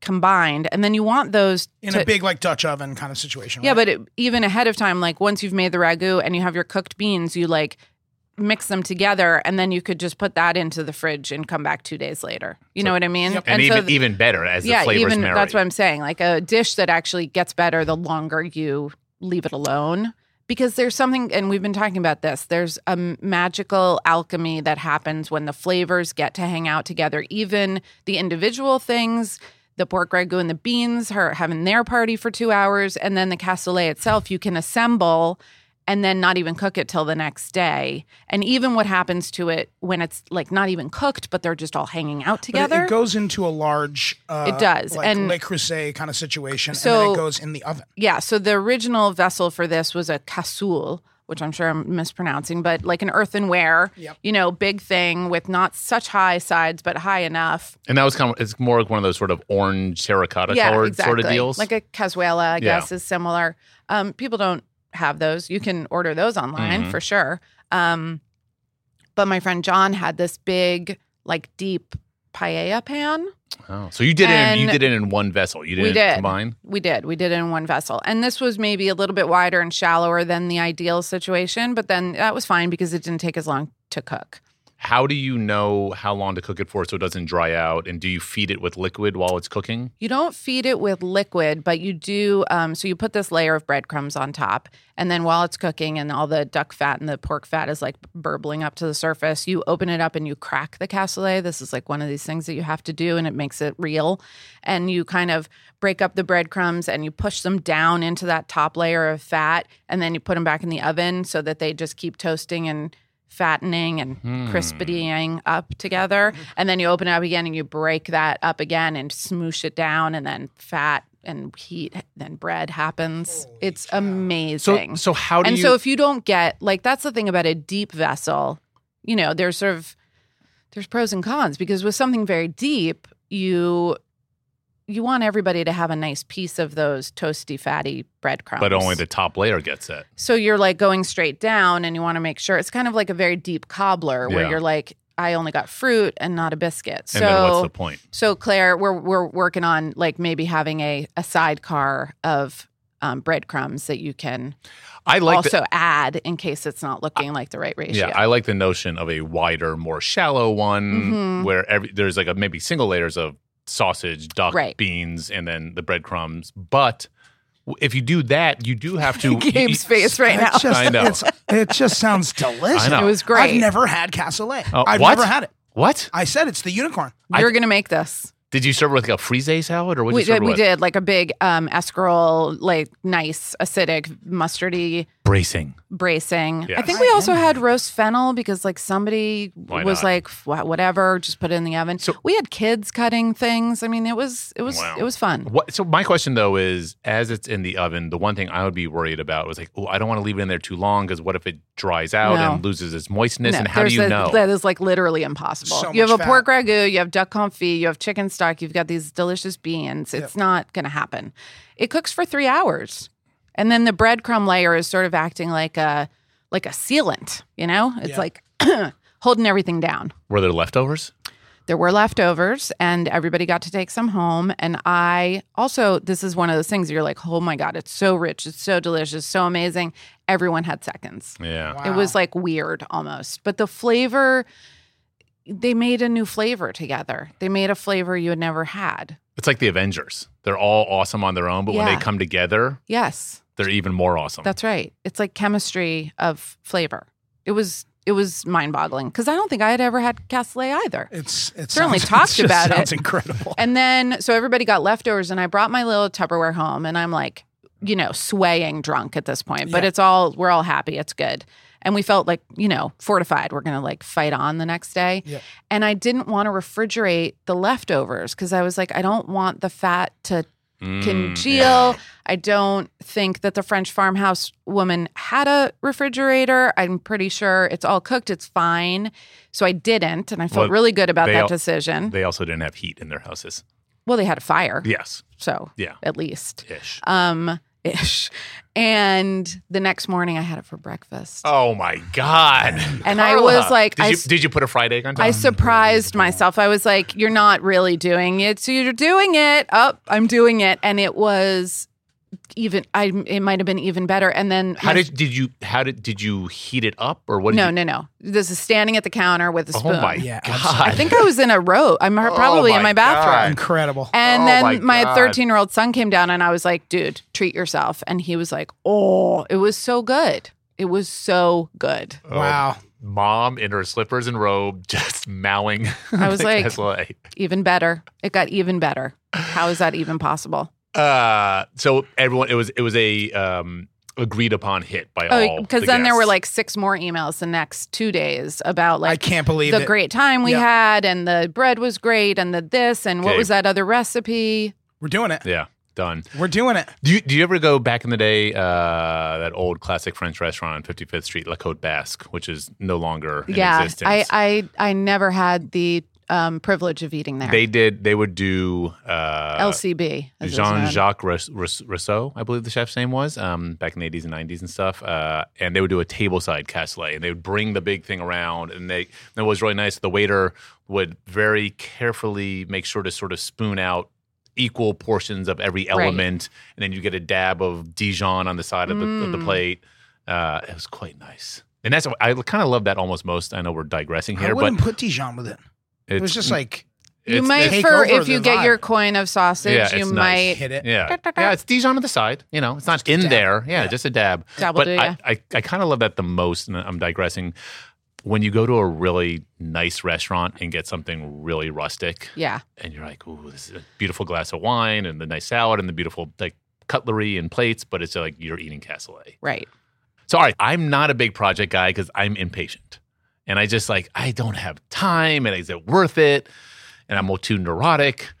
S2: combined, and then you want those
S3: in
S2: to-
S3: a big like Dutch oven kind of situation.
S2: yeah,
S3: right?
S2: but it, even ahead of time, like once you've made the ragu and you have your cooked beans, you like mix them together, and then you could just put that into the fridge and come back two days later. You know what I mean?
S3: Yep.
S1: and, even
S2: th-
S1: even better as the
S2: yeah,
S1: flavors
S2: even
S1: marry.
S2: that's what I'm saying. Like a dish that actually gets better the longer you leave it alone. Because there's something, and we've been talking about this. There's a m- magical alchemy that happens when the flavors get to hang out together. Even the individual things, the pork ragu and the beans are having their party for two hours, and then the cassoulet itself, you can assemble and then not even cook it till the next day. And even what happens to it when it's like not even cooked, but they're just all hanging out
S3: But it-
S2: together.
S3: It, goes into a large. Uh,
S2: It does,
S3: like
S2: and-
S3: Le Creuset kind of situation, and then
S2: So-
S3: it goes in the oven.
S2: Yeah. So the original vessel for this was a cassoule, which I'm sure I'm mispronouncing, but like an earthenware,
S3: Yep.
S2: you know, big thing with not such high sides, but high enough.
S1: and that was kind of it's more like one of those sort of orange terracotta colored sort of deals.
S2: Like a cazuela, I
S1: Yeah.
S2: guess, is similar. Um, people don't have those. You can order those online
S1: Mhm.
S2: for sure. Um, but my friend John had this big, like deep paella pan.
S1: oh, so you did it. In, you
S2: And-
S1: did it in one vessel. You
S2: We
S1: didn't
S2: did.
S1: combine.
S2: We did. We did it in one vessel. And this was maybe a little bit wider and shallower than the ideal situation, but then that was fine because it didn't take as long to cook.
S1: How do you know how long to cook it for so it doesn't dry out? And do you feed it with liquid while it's cooking?
S2: You don't feed it with liquid, but you do. Um, so you put this layer of breadcrumbs on top. And then while it's cooking and all the duck fat and the pork fat is like burbling up to the surface, you open it up and you crack the cassoulet. This is like one of these things that you have to do and it makes it real. And you kind of break up the breadcrumbs and you push them down into that top layer of fat. And then you put them back in the oven so that they just keep toasting and fattening and
S1: Hmm.
S2: crispening up together. And then you open it up again and you break that up again and smoosh it down. And then fat and heat, then bread happens.
S3: Holy
S2: it's
S3: cow.
S2: amazing.
S1: So so how do
S2: and
S1: you?
S2: so if you don't get, like, that's the thing about a deep vessel, you know, there's sort of, there's pros and cons because with something very deep, you, you want everybody to have a nice piece of those toasty, fatty breadcrumbs.
S1: but only the top layer gets it.
S2: So you're like going straight down and you want to make sure it's kind of like a very deep cobbler
S1: Yeah.
S2: where you're like, I only got fruit and not a biscuit. So
S1: And then what's the point?
S2: so Claire, we're we're working on like maybe having a, a sidecar of um, breadcrumbs that you can
S1: I like the-
S2: also add in case it's not looking like the right ratio.
S1: Yeah, I like the notion of a wider, more shallow one
S2: Mhm.
S1: where every there's like a maybe single layers of sausage, duck,
S2: Right.
S1: beans, and then the breadcrumbs. But w- if you do that, you do have
S2: [LAUGHS]
S1: to. e-, you-
S2: Gabe's face right now.
S3: It just,
S1: I know.
S3: It's, it just [LAUGHS] sounds delicious. Oh,
S1: I know.
S2: It was great.
S3: I've never had cassoulet.
S1: Uh,
S3: I've
S1: what?
S3: never had it.
S1: What
S3: I said it's the unicorn.
S1: I-
S2: You're gonna make this.
S1: did you serve it with like a frise salad or what?
S2: We
S1: you serve
S2: did,
S1: it
S2: we
S1: with?
S2: did like a big um, escarole, like nice acidic mustardy
S1: bracing.
S2: bracing. I
S1: Yes.
S2: think we also had roast fennel because like somebody
S1: Why
S2: was
S1: not?
S2: like "Wha- whatever, just put it in the oven.
S1: So-
S2: we had kids cutting things. I mean, it was it was
S1: Wow.
S2: it was fun.
S1: What? So my question though is, as it's in the oven, the one thing I would be worried about was like, oh, I don't want to leave it in there too long because what if it dries out
S2: No.
S1: and loses its moistness?
S2: No,
S1: and how do
S2: there's
S1: you
S2: a-
S1: know?
S2: That is like literally impossible.
S3: So
S2: you have
S3: much
S2: a pork ragu, you have duck confit, you have chicken stock, you've got these delicious beans. It's not going to happen. It cooks for three hours, and then the breadcrumb layer is sort of acting like a like a sealant. You know, it's
S3: Yeah.
S2: like [CLEARS THROAT] holding everything down.
S1: Were there leftovers?
S2: there were leftovers and everybody got to take some home and i also this is one of those things you're like oh my god it's so rich it's so delicious so amazing everyone had seconds
S1: Yeah.
S3: Wow.
S2: it was like weird almost but the flavor they made a new flavor together they made a flavor you had never had
S1: It's like the Avengers. They're all awesome on their own, but when
S2: Yeah.
S1: they come together,
S2: yes
S1: they're even more awesome.
S2: that's right it's like chemistry of flavor it was it was mind-boggling because i don't think i had ever had cassoulet either
S3: It's it
S2: Certainly
S3: sounds, [LAUGHS]
S2: talked
S3: it just
S2: about it.
S3: [LAUGHS] sounds incredible.
S2: And then so everybody got leftovers and I brought my little Tupperware home and I'm like you know, swaying drunk at this point, but
S3: Yeah.
S2: it's all, we're all happy. It's good. And we felt like, you know, fortified. We're going to like fight on the next day.
S3: Yeah.
S2: And I didn't want to refrigerate the leftovers because I was like, I don't want the fat to
S1: Mm,
S2: congeal.
S1: yeah.
S2: I don't think that the French farmhouse woman had a refrigerator. I'm pretty sure it's all cooked. It's fine. So I didn't. And I felt
S1: Well,
S2: really good about
S1: they
S2: that
S1: al-
S2: decision.
S1: They also didn't have heat in their houses.
S2: well, they had a fire.
S1: Yes.
S2: So
S1: Yeah.
S2: at least.
S1: Ish.
S2: Um, ish. And the next morning I had it for breakfast.
S1: Oh my God.
S2: [LAUGHS] And I
S1: Carla,
S2: was like,
S1: did,
S2: I
S1: you,
S2: s-
S1: did you put a fried egg on top?
S2: I surprised myself. I was like, "You're not really doing it. So you're doing it. Up, I'm doing it." And it was even. I it might have been even better. And then
S1: how
S2: my-
S1: did did you how did did you heat it up or what? Did
S2: no
S1: you,
S2: no no. This is standing at the counter with a
S1: Oh
S2: spoon.
S1: my
S3: Yeah,
S1: God.
S3: absolutely.
S2: I think I was in a row.
S1: [LAUGHS]
S2: I'm
S1: Oh
S2: probably in
S1: my
S2: my bathroom.
S1: God.
S3: Incredible.
S2: And
S1: Oh
S2: then
S1: my
S2: my
S1: God.
S2: 13 year old son came down and I was like, dude, treat yourself. And he was like, oh, it was so good. It was so good.
S1: Oh,
S3: Wow.
S1: Mom in her slippers and robe, [LAUGHS] just mowing.
S2: I was
S1: [LAUGHS] the
S2: like-
S1: cassoulet.
S2: Even better. It got even better. How is that even possible?
S1: uh, so everyone, it was it was a um agreed upon hit by
S2: Oh,
S1: all
S2: because
S1: the
S2: then there were
S1: guests.
S2: like six more emails the next two days about
S3: I
S2: like
S3: can't believe
S2: the
S3: it.
S2: great time we
S3: Yeah.
S2: had and the bread was great and the this and what
S1: Okay.
S2: was that other recipe?
S3: We're doing it.
S1: yeah done.
S3: We're doing it.
S1: Do you, do you ever go back in the day, uh, that old classic French restaurant on 55th Street, La Côte Basque, which is no longer in
S2: yeah.
S1: existence?
S2: I, I I never had the um, privilege of eating there.
S1: they did, they would do uh,
S2: LCB. as it's
S1: Jean
S2: known.
S1: Jacques Rousseau, I believe the chef's name was, um, back in the 80s and 90s and stuff. Uh, and they would do a tableside cassoulet and they would bring the big thing around. And they, and it was really nice. The waiter would very carefully make sure to sort of spoon out equal portions of every
S2: Right.
S1: element. And then you get a dab of Dijon on the side of the, of the
S2: Mm.
S1: plate. Uh, it was quite nice. And that's, I kind of love that almost most. I know we're digressing
S3: I
S1: here, but
S3: wouldn't put Dijon with it.
S1: it's
S3: It was just like
S2: You
S1: it's-
S2: might
S1: it's-
S3: Take
S2: for
S3: over
S2: if you
S3: the
S2: get
S3: vibe.
S2: your coin of sausage,
S1: Yeah,
S2: you
S1: it's nice.
S2: might
S3: hit it.
S1: Yeah. [LAUGHS]
S2: Da-da-da.
S1: Yeah, it's Dijon on the side. You know, it's not in
S3: dab.
S1: there. Yeah,
S3: Yeah.
S1: just a dab.
S2: double
S1: But
S2: do.
S1: I,
S2: Yeah.
S1: I, I kind of love that the most, and I'm digressing. When you go to a really nice restaurant and get something really rustic,
S2: yeah.
S1: and you're like, ooh, this is a beautiful glass of wine and the nice salad and the beautiful like cutlery and plates, but it's like you're eating cassoulet.
S2: Right.
S1: So, all right, I'm not a big project guy because I'm impatient. And I just like, I don't have time and is it worth it? And I'm too neurotic.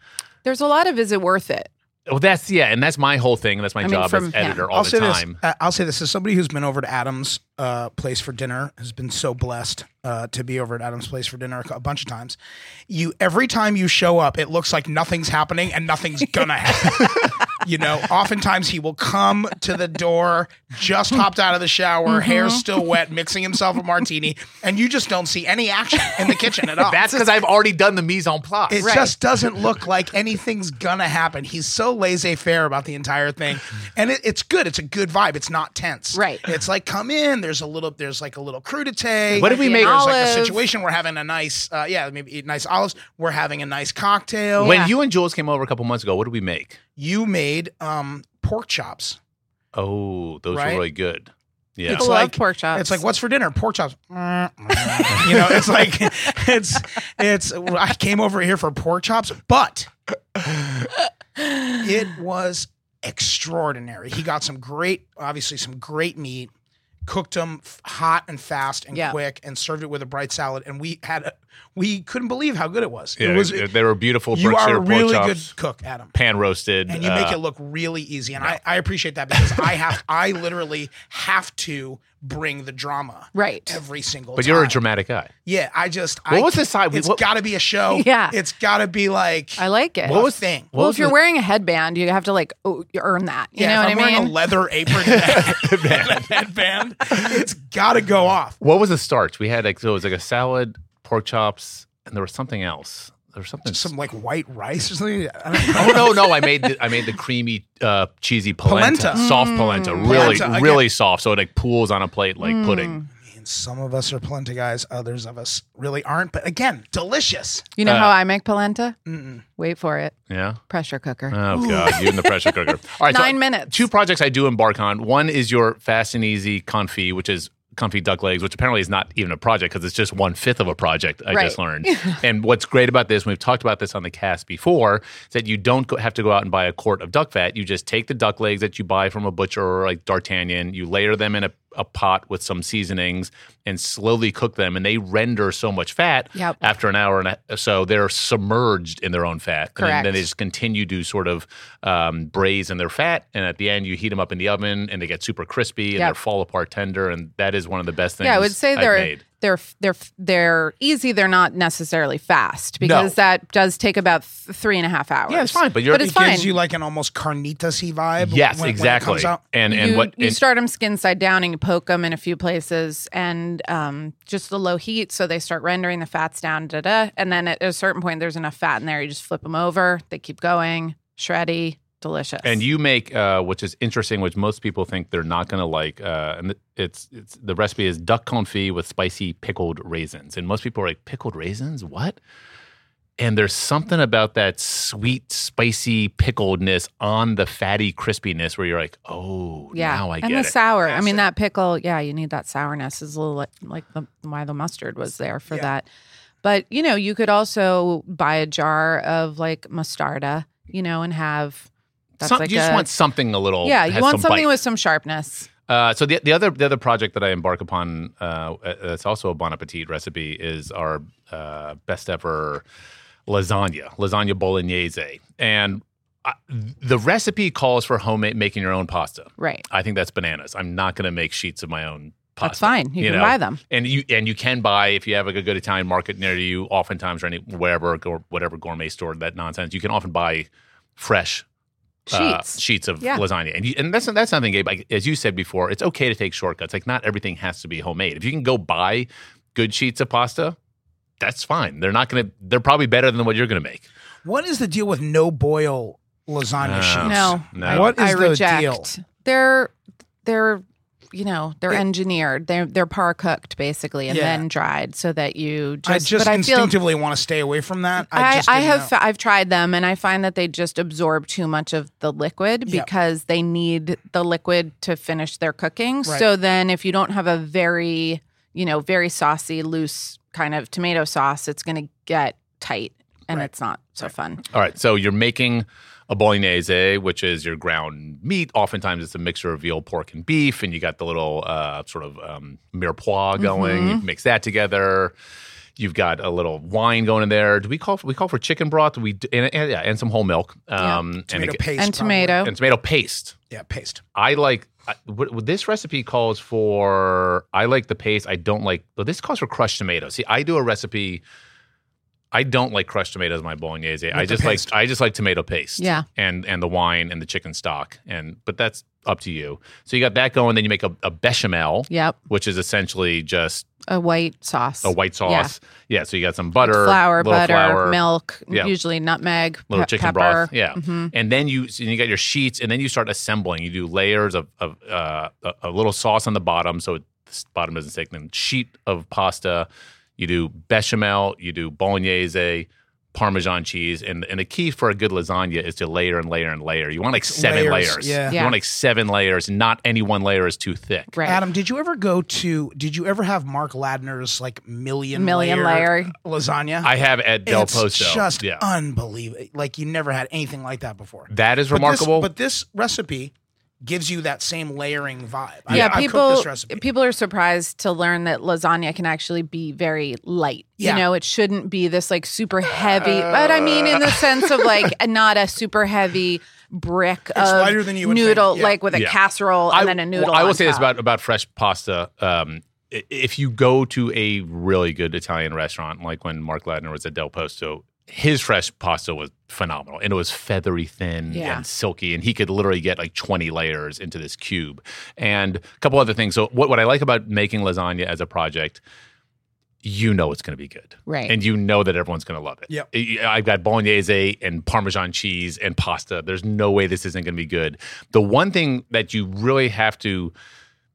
S2: There's a lot of is it worth it?
S1: Well, that's yeah, and that's my whole thing. and That's my
S2: I mean,
S1: job
S2: from
S1: as
S2: him.
S1: editor all
S3: I'll
S1: the
S3: say
S1: time.
S3: this. uh, I'll say this as somebody who's been over to Adam's uh, place for dinner has been so blessed uh, to be over at Adam's place for dinner a, cou- a bunch of times. You every time you show up, it looks like nothing's happening and nothing's gonna happen. [LAUGHS] you know, oftentimes he will come to the door, just hopped out of the shower, hair still wet, mixing himself a martini, and you just don't see any action in the kitchen at all.
S1: That's because I've already done the mise en place.
S3: It just doesn't look like anything's gonna happen. He's so laissez-faire about the entire thing, and it, it's good. It's a good vibe. It's not tense.
S2: Right.
S3: It's like come in. There's a little. There's like a little crudité.
S1: What did we
S2: Maybe
S1: make?
S2: an
S3: There's like a
S2: olive.
S3: situation. We're having a nice. Uh, yeah, maybe eat nice olives. We're having a nice cocktail.
S1: When
S2: Yeah.
S1: you and Jules came over a couple months ago, what did we make?
S3: you made um pork chops.
S1: Oh, those
S3: Right?
S1: were really good. Yeah.
S2: People
S3: It's
S2: love
S3: like-
S2: pork chops.
S3: It's like what's for dinner? Pork chops. [LAUGHS] you know, it's like [LAUGHS] it's it's. I came over here for pork chops, but
S2: [LAUGHS]
S3: it was extraordinary. He got some great, obviously some great meat, cooked them f- hot and fast and
S2: Yeah.
S3: quick, and served it with a bright salad. And we had, a, we couldn't believe how good it was.
S1: Yeah,
S3: it was.
S1: they were beautiful
S3: you
S1: Berkshire
S3: are a really
S1: pork
S3: good
S1: chops,
S3: cook, Adam.
S1: pan roasted.
S3: And you make
S1: uh,
S3: it look really easy, and I, I appreciate that because I have [LAUGHS] I literally have to bring the drama
S2: right.
S3: every single.
S1: but
S3: time.
S1: you're a dramatic guy.
S3: yeah. I just
S1: What
S3: I,
S1: was the side?
S3: It's
S1: what,
S3: got to be a show.
S2: Yeah.
S3: it's got to be like
S2: I like it.
S3: what was thing.
S1: what
S2: well,
S1: was
S2: if you're
S1: the-
S2: wearing a headband, you have to like oh, you earn that. You know
S3: if
S2: what
S3: I'm
S2: I
S3: wearing
S2: mean?
S3: a leather apron and a [LAUGHS] and a headband, it's got to go off.
S1: what was the starch? We had like so it was like a salad, pork chops, and there was something else. There was something.
S3: Some like white rice or something. I don't know. [LAUGHS]
S1: oh no no! I made the, I made the creamy uh, cheesy polenta,
S3: Polenta. Mm.
S1: soft polenta, really
S3: Polenta, Mm. again.
S1: really soft. So it like pools on a plate like pudding.
S3: And some of us are polenta guys, others of us really aren't. But again, delicious.
S2: You know
S1: Uh,
S2: how I make polenta?
S3: Mm-mm.
S2: Wait for it.
S1: Yeah.
S2: Pressure cooker.
S1: Oh god, you and the pressure cooker. All right, so
S2: Nine minutes.
S1: two projects I do embark on. One is your fast and easy confit, which is Comfy Duck Legs, which apparently is not even a project because it's just one fifth of a project, I just
S2: Right. [LAUGHS]
S1: learned. and what's great about this, and we've talked about this on the cast before, is that you don't go, have to go out and buy a quart of duck fat. You just take the duck legs that you buy from a butcher or like D'Artagnan, you layer them in a, a pot with some seasonings and slowly cook them. And they render so much fat
S2: Yep.
S1: after an hour and a, so they're submerged in their own fat. And then- then,
S2: Correct.
S1: they just continue to sort of um, braise in their fat. And at the end, you heat them up in the oven and they get super crispy and
S2: Yep.
S1: they're fall apart tender. And that is one of the best things
S2: Yeah, I would say
S1: I've
S2: they're
S1: made.
S2: they're they're they're easy. They're not necessarily fast because that does take about th- three and a half hours.
S1: Yeah, it's fine, but you're-
S2: but it's
S1: It
S3: it
S2: fine.
S3: gives you like an almost carnitas-y vibe.
S1: Yes,
S3: when- when it
S1: exactly.
S3: comes out.
S1: And and
S2: you,
S1: what
S2: you
S1: and-
S2: start them skin side down and you poke them in a few places and um, just the low heat so they start rendering the fats down da da and then at a certain point there's enough fat in there you just flip them over they keep going shreddy delicious
S1: And you make, uh, which is interesting, which most people think they're not going to like. Uh, and th- it's, it's the recipe is duck confit with spicy pickled raisins, and most people are like, pickled raisins, what? And there's something about that sweet, spicy pickledness on the fatty crispiness where you're like, oh,
S2: yeah
S1: now I
S2: and
S1: get
S2: the
S1: it.
S2: sour I
S3: Acid.
S2: mean that pickle yeah you need that sourness is a little like, like the, why the mustard was there for
S3: Yeah.
S2: that but you know you could also buy a jar of like mustarda you know and have that's
S1: Some-
S2: like
S1: you just
S2: a-
S1: want something a little.
S2: yeah you
S1: has
S2: want
S1: some
S2: something
S1: bite.
S2: with some sharpness
S1: Uh, so the the other the other project that I embark upon uh, that's also a Bon Appetit recipe is our uh, best ever lasagna, lasagna bolognese, and I, the recipe calls for homemade making your own pasta.
S2: right
S1: I think that's bananas. I'm not going to make sheets of my own pasta.
S2: that's fine you,
S1: you
S2: can
S1: know.
S2: buy them
S1: And you and you can buy if you have like a good Italian market near you, oftentimes or any wherever or whatever gourmet store that nonsense. You can often buy fresh uh,
S2: sheets.
S1: sheets of
S2: Yeah.
S1: lasagna. And you, and that's that's something, Gabe. Like, as you said before, it's okay to take shortcuts. Like not everything has to be homemade. If you can go buy good sheets of pasta, that's fine. They're not gonna. They're probably better than what you're gonna make.
S3: What is the deal with no boil lasagna
S1: No.
S3: sheets?
S2: No.
S1: No.
S3: What is
S2: I
S3: the
S2: reject.
S3: deal?
S2: They're they're you know they're
S3: It-
S2: engineered. They're they're par cooked basically and
S3: Yeah.
S2: then dried so that you just.
S3: I just
S2: but I feel.
S3: instinctively want to stay away from that. I,
S2: I,
S3: just
S2: I
S3: didn't
S2: have
S3: know.
S2: f- I've tried them and I find that they just absorb too much of the liquid
S3: Yeah.
S2: because they need the liquid to finish their cooking.
S3: Right.
S2: So then if you don't have a very, you know, very saucy loose kind of tomato sauce, it's going to get tight and
S3: Right.
S2: it's not so fun.
S1: All right. So you're making a bolognese, which is your ground meat. Oftentimes, it's a mixture of veal, pork, and beef, and you got the little uh, sort of um,
S2: Mm-hmm.
S1: mirepoix going. You mix that together. You've got a little wine going in there. Do we call we call for chicken broth? Do we d- and, and, yeah, and some whole milk.
S2: Yeah.
S1: Um,
S3: tomato
S1: and,
S3: paste
S2: and
S3: probably.
S2: tomato.
S1: and tomato paste.
S3: Yeah, paste.
S1: I like I, what, what this recipe calls for. I like the paste. I don't like. Well, this calls for crushed tomatoes. See, I do a recipe. I don't like crushed tomatoes in my bolognese. I
S3: With the
S1: just like
S3: paste.
S1: I just like tomato paste.
S2: Yeah.
S1: and and the wine and the chicken stock and but that's up to you. So you got that going. Then you make a, a bechamel,
S2: Yep.
S1: which is essentially just
S2: A white sauce.
S1: a white sauce. Yeah. so you got some butter,
S2: flour,
S1: little
S2: butter,
S1: flour,
S2: milk,
S1: Yeah.
S2: usually nutmeg,
S1: little
S2: pe-
S1: chicken
S2: pepper.
S1: broth. Yeah.
S2: Mhm.
S1: And then you and you got your sheets, and then you start assembling. You do layers of, of uh, a, a little sauce on the bottom, so it, the bottom doesn't stick. Then sheet of pasta. You do bechamel. You do bolognese, parmesan cheese, and and the key for a good lasagna is to layer and layer and layer. You want like seven
S3: Layers,
S1: layers.
S3: yeah.
S1: You
S2: Yeah.
S1: want like seven layers. Not any one layer is too thick.
S2: Right.
S3: Adam, did you ever go to? Did you ever have Mark Ladner's like million
S2: Million layer.
S3: lasagna?
S1: I have at Del
S3: it's
S1: Posto.
S3: just
S1: yeah.
S3: unbelievable. Like you never had anything like that before.
S1: that is
S3: But this-
S1: remarkable.
S3: But this, recipe gives you that same layering vibe. I-
S2: Yeah,
S3: I,
S2: people
S3: cooked this recipe.
S2: people are surprised to learn that lasagna can actually be very light.
S3: Yeah. Uh,
S2: You know, it shouldn't be this like super heavy, but I mean
S3: [LAUGHS]
S2: in the sense of like not a super heavy brick
S3: It's
S2: of
S3: lighter than you would think,
S2: noodle,
S3: yeah.
S2: like with a
S1: Yeah.
S2: casserole and
S1: I-
S2: then a noodle.
S1: well, I will
S2: on
S1: say this
S2: top.
S1: about about fresh pasta. Um, i- if you go to a really good Italian restaurant, like when Mark Ladner was at Del Posto, his fresh pasta was phenomenal, and it was feathery thin
S2: Yeah.
S1: and silky, and he could literally get like twenty layers into this cube. And a couple other things. So, what what I like about making lasagna as a project, you know, it's going to be good
S2: right.
S1: and you know that everyone's going to love it.
S3: Yep.
S1: I- I've got bolognese and parmesan cheese and pasta. There's no way this isn't going to be good. The one thing that you really have to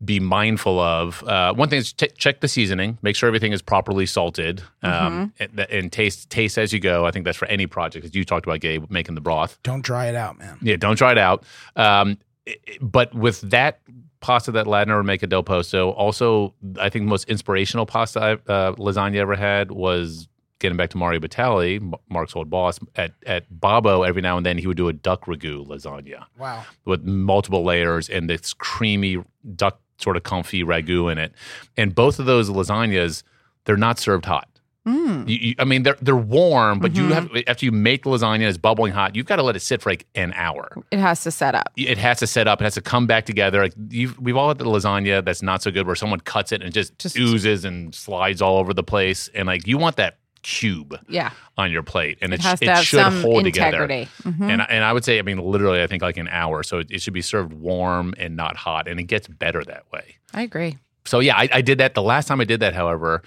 S1: be mindful of uh, one thing is t- check the seasoning, make sure everything is properly salted, um, and, and taste taste as you go. I think that's for any project, as you talked about, Gabe, making the broth.
S3: Don't dry it out, man.
S1: Yeah, don't try it out. Um, i- i- but with that pasta that Ladner would make at Del Posto. Also, I think the most inspirational pasta I, uh, lasagna I ever had was getting back to Mario Batali, M- Mark's old boss. At at Babo, every now and then he would do a duck ragu lasagna
S3: Wow.
S1: with multiple layers and this creamy duck sort of comfy ragu in it. And both of those lasagnas, they're not served hot.
S2: Mm.
S1: You, you, I mean, they're they're warm, but you
S2: Mhm.
S1: have after you make the lasagna, it's bubbling hot. You've got to let it sit for like an hour
S2: It has to set up.
S1: it has to set up. It has to come back together. Like you've, we've all had the lasagna that's not so good, where someone cuts it and it just,
S2: Just-
S1: oozes and slides all over the place. And like you want that cube
S2: Yeah,
S1: on your plate, and
S2: it
S1: it,
S2: has
S1: sh-
S2: to
S1: it
S2: have
S1: should
S2: some
S1: hold together.
S2: integrity. Mhm.
S1: And I- and I would say, I mean, literally, I think like an hour. So it, it should be served warm and not hot, and it gets better that way.
S2: I agree.
S1: So yeah, I, I did that. The last time I did that, however,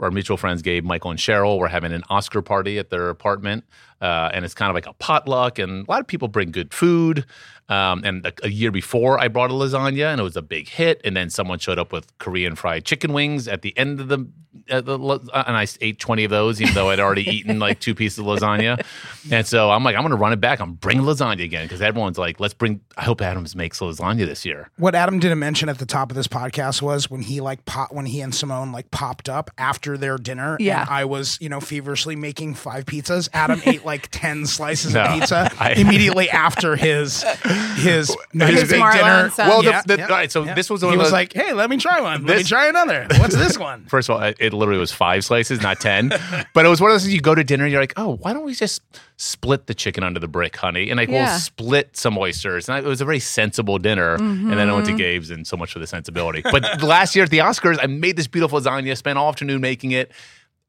S1: our mutual friends Gabe, Michael, and Cheryl were having an Oscar party at their apartment, uh, and it's kind of like a potluck, and a lot of people bring good food. Um, and a, a year before, I brought a lasagna, and it was a big hit. And then someone showed up with Korean fried chicken wings at the end of the, uh, the la- and I ate twenty of those, even though I'd already eaten like two pieces of lasagna. And so I'm like, I'm going to run it back. I'm bringing lasagna again because everyone's like, let's bring. I hope Adams makes lasagna this year.
S3: What Adam didn't mention at the top of this podcast was when he like pop when he and Simone like popped up after their dinner.
S2: Yeah.
S3: and I was you know feverishly making five pizzas.
S2: [LAUGHS]
S3: Adam ate like ten slices
S1: No,
S3: of pizza
S1: I-
S3: immediately after his
S1: [LAUGHS]
S3: his his,
S1: His
S3: big
S2: Marlo
S3: dinner.
S2: and Son.
S1: Well, Oh, the-
S3: Yeah,
S1: the-
S3: yeah,
S1: all right, so
S3: yeah.
S1: this was
S3: he
S1: one of
S3: was
S1: those-
S3: like, hey, let me try one. let me
S1: This-
S3: try another. What's this one?
S1: First of all, it it literally was five slices, not 10. but it was one of those things you go to dinner, you're like, oh, why don't we just split the chicken under the brick, honey? And like,
S2: Yeah.
S1: we'll split some oysters. And I, it was a very sensible dinner. And then I went to Gabe's and so much for the sensibility. But last year at the Oscars, I made this beautiful lasagna, spent all afternoon making it.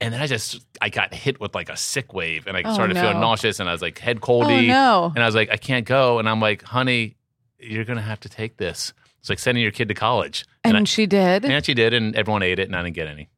S1: And then I just, I got hit with like a sick wave and I
S2: Oh,
S1: started feeling
S2: no.
S1: nauseous and I was like head
S2: Oh
S1: coldy.
S2: no,
S1: And I was like, I can't go. And I'm like, honey, you're going to have to take this. It's like sending your kid to college.
S2: and,
S1: I-
S2: she did.
S1: and she did, and everyone ate it, and I didn't get any.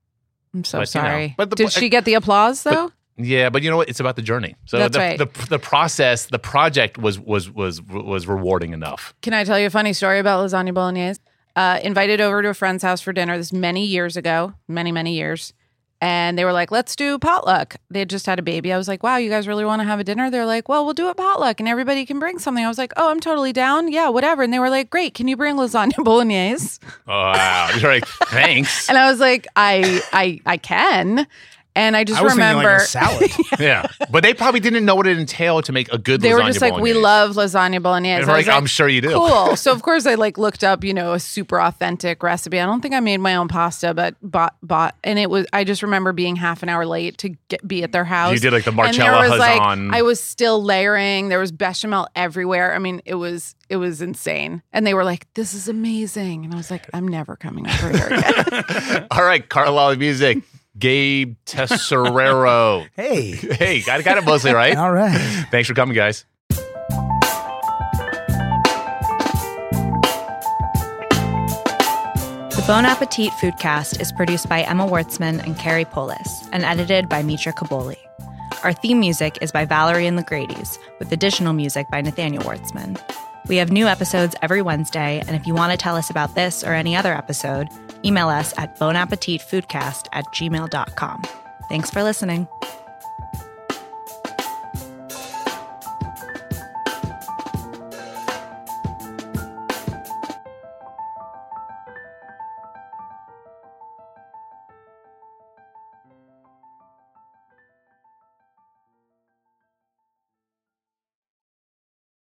S2: I'm so
S1: but, you know,
S2: sorry.
S1: but the
S2: did
S1: po-
S2: she get the applause
S1: but-
S2: though?
S1: Yeah, but you know what? It's about the journey. So
S2: That's
S1: the,
S2: right.
S1: the the process, the project was was was was rewarding enough.
S2: Can I tell you a funny story about lasagna bolognese? Uh, invited over to a friend's house for dinner this many years ago, many, many years. And they were like, let's do potluck. They had just had a baby. I was like, wow, you guys really want to have a dinner? They're like, well, we'll do it potluck and everybody can bring something. I was like, oh, I'm totally down. Yeah, whatever. And they were like, great. Can you bring lasagna [LAUGHS] bolognese?
S1: Wow. [LAUGHS] You're like, thanks.
S2: And I was like, I, I, I can. And I just
S3: [LAUGHS] I was
S2: remember
S3: thinking like
S1: [LAUGHS]
S3: a salad.
S1: yeah. But they probably didn't know what it entailed to make a good
S2: they
S1: lasagna
S2: were just like, we
S1: bolognese.
S2: love lasagna bolognese.
S1: And
S2: I
S1: we're
S2: was
S1: like, I'm sure you do.
S2: cool. So of course I like looked up, you know, a super authentic recipe. I don't think I made my own pasta, but bought bought and it was I just remember being half an hour late to get be at their house.
S1: You did like the
S2: and there
S1: Marcella
S2: was like
S1: Hazan.
S2: I was still layering. There was bechamel everywhere. I mean, it was it was insane. And they were like, "This is amazing," and I was like, "I'm never coming over here again."
S1: [LAUGHS] All right, Carlisle Music, Gabe
S2: [LAUGHS]
S1: Tesserero.
S3: hey,
S1: hey, I got it mostly right.
S3: all right.
S1: Thanks for coming, guys.
S4: The Bon Appetit Foodcast is produced by Emma Wartzman and Carrie Polis and edited by Mitra Kaboli. Our theme music is by Valerie and the Grady's, with additional music by Nathaniel Wartzman. We have new episodes every Wednesday, and if you want to tell us about this or any other episode, email us at bonappetitfoodcast at gmail.com. Thanks for listening.